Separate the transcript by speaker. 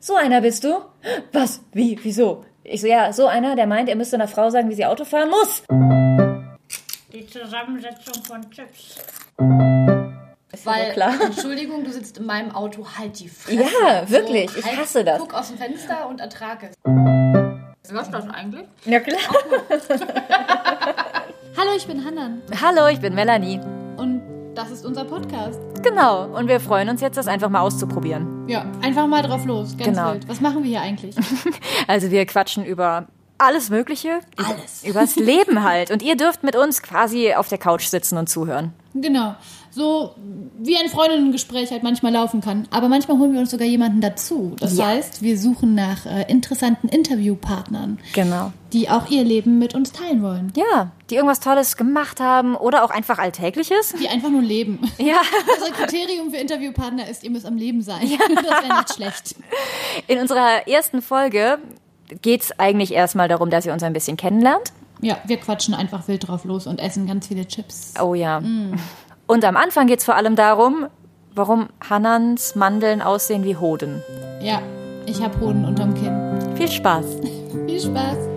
Speaker 1: So einer bist du? Was? Wie? Wieso? Ich so, ja, so einer, der meint, er müsste einer Frau sagen, wie sie Auto fahren muss.
Speaker 2: Die Zusammensetzung von Chips.
Speaker 1: Ist ja
Speaker 3: Weil,
Speaker 1: wohl klar.
Speaker 3: Entschuldigung, du sitzt in meinem Auto, halt die Fresse.
Speaker 1: Ja, wirklich, ich
Speaker 3: halt,
Speaker 1: hasse das.
Speaker 3: Guck aus dem Fenster und ertrage es.
Speaker 2: Läuft das eigentlich?
Speaker 1: Ja, klar.
Speaker 3: Hallo, ich bin Hannan
Speaker 1: Hallo, ich bin Melanie.
Speaker 3: und das ist unser Podcast.
Speaker 1: Genau, und wir freuen uns jetzt, das einfach mal auszuprobieren.
Speaker 3: Ja, einfach mal drauf los, ganz
Speaker 1: Genau.
Speaker 3: wild. Was machen wir hier eigentlich?
Speaker 1: Also wir quatschen über alles Mögliche. Alles. Übers Leben halt. Und ihr dürft mit uns quasi auf der Couch sitzen und zuhören.
Speaker 3: genau, so wie ein Freundinnengespräch halt manchmal laufen kann. Aber manchmal holen wir uns sogar jemanden dazu. Das
Speaker 1: Ja.
Speaker 3: heißt, wir suchen nach äh, interessanten Interviewpartnern,
Speaker 1: Genau.
Speaker 3: die auch ihr Leben mit uns teilen wollen.
Speaker 1: Ja, die irgendwas Tolles gemacht haben oder auch einfach Alltägliches.
Speaker 3: Die einfach nur leben.
Speaker 1: Ja,
Speaker 3: Unser Kriterium für Interviewpartner ist, ihr müsst am Leben sein. Das wäre nicht schlecht.
Speaker 1: in unserer ersten Folge geht's eigentlich erstmal darum, dass ihr uns ein bisschen kennenlernt.
Speaker 3: Ja, wir quatschen einfach wild drauf los und essen ganz viele Chips.
Speaker 1: Oh ja. Und am Anfang geht's vor allem darum, warum Hannans Mandeln aussehen wie Hoden.
Speaker 3: Ja, ich hab Hoden unterm Kinn.
Speaker 1: Viel Spaß.
Speaker 3: Viel Spaß.